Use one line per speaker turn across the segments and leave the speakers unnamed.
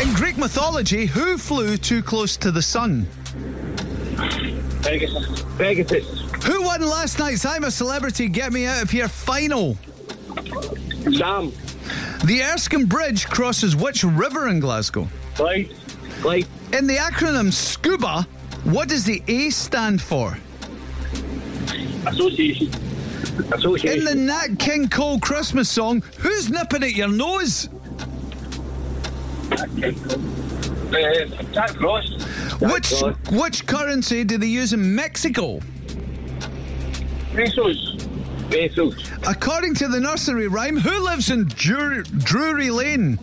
In Greek mythology, who flew too close to the sun?
Pegasus. Pegasus.
Who won last night's I'm a Celebrity Get Me Out of Here final?
Sam.
The Erskine Bridge crosses which river in Glasgow?
Clyde. Clyde.
In the acronym SCUBA, what does the A stand for?
Association. Association.
In the Nat King Cole Christmas song, who's nipping at your nose?
Uh, Jack Ross.
which
Ross.
which currency do they use in Mexico?
Pesos. Pesos.
According to the nursery rhyme, who lives in Dur- Drury Lane?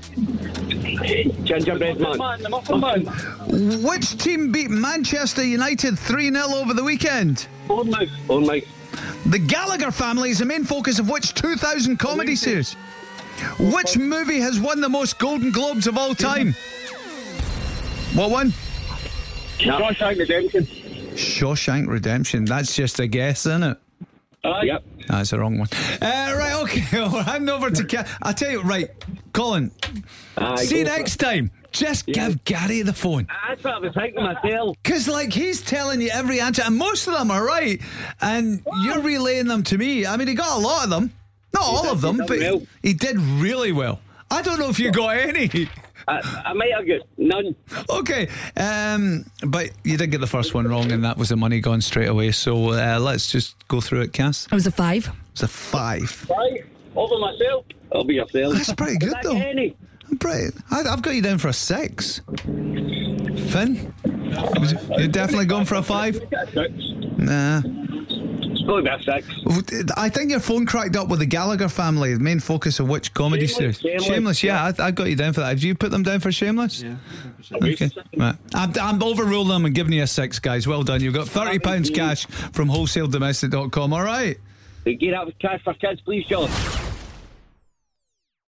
Gingerbread man. The muffin man.
Which team beat Manchester United 3 0 over the weekend?
Bournemouth. Bournemouth.
The Gallagher family is the main focus of which 2000 comedy series? Which movie has won the most Golden Globes of all time? What one?
Shawshank Redemption.
Shawshank Redemption. That's just a guess, isn't it?
Aye. Yep.
That's the wrong one. Uh, right, okay. I'll hand over to Ca- I'll tell you, right, Colin,
Aye,
see you
go for
next time. Just give Gary the phone.
it. That's what I was thinking myself.
Because, like, he's telling you every answer, and most of them are right, and you're relaying them to me. I mean, he got a lot of them. Not all
did-
of
he
them,
done
but
well.
he did really well. I don't know if you got any.
I, I might have got none.
Okay, um, but you did get the first one wrong, and that was the money gone straight away. So uh, let's just go through it, Cass.
It was a five.
It's a five.
Aye. Over myself. Over yourself.
That's pretty good,
Back
though.
Any.
I'm pretty, I, I've got you down for a six. Finn, you're definitely going for a five. Nah.
It's probably about six.
I think your phone cracked up with the Gallagher family, the main focus of which comedy
Shameless,
series?
Shameless,
yeah, I, I got you down for that. Have you put them down for Shameless? Yeah. Okay. Right. I'm, I'm overruling them and giving you a six, guys. Well done. You've got £30 pounds cash from wholesaledomestic.com. All right.
Get out of cash for kids, please, John.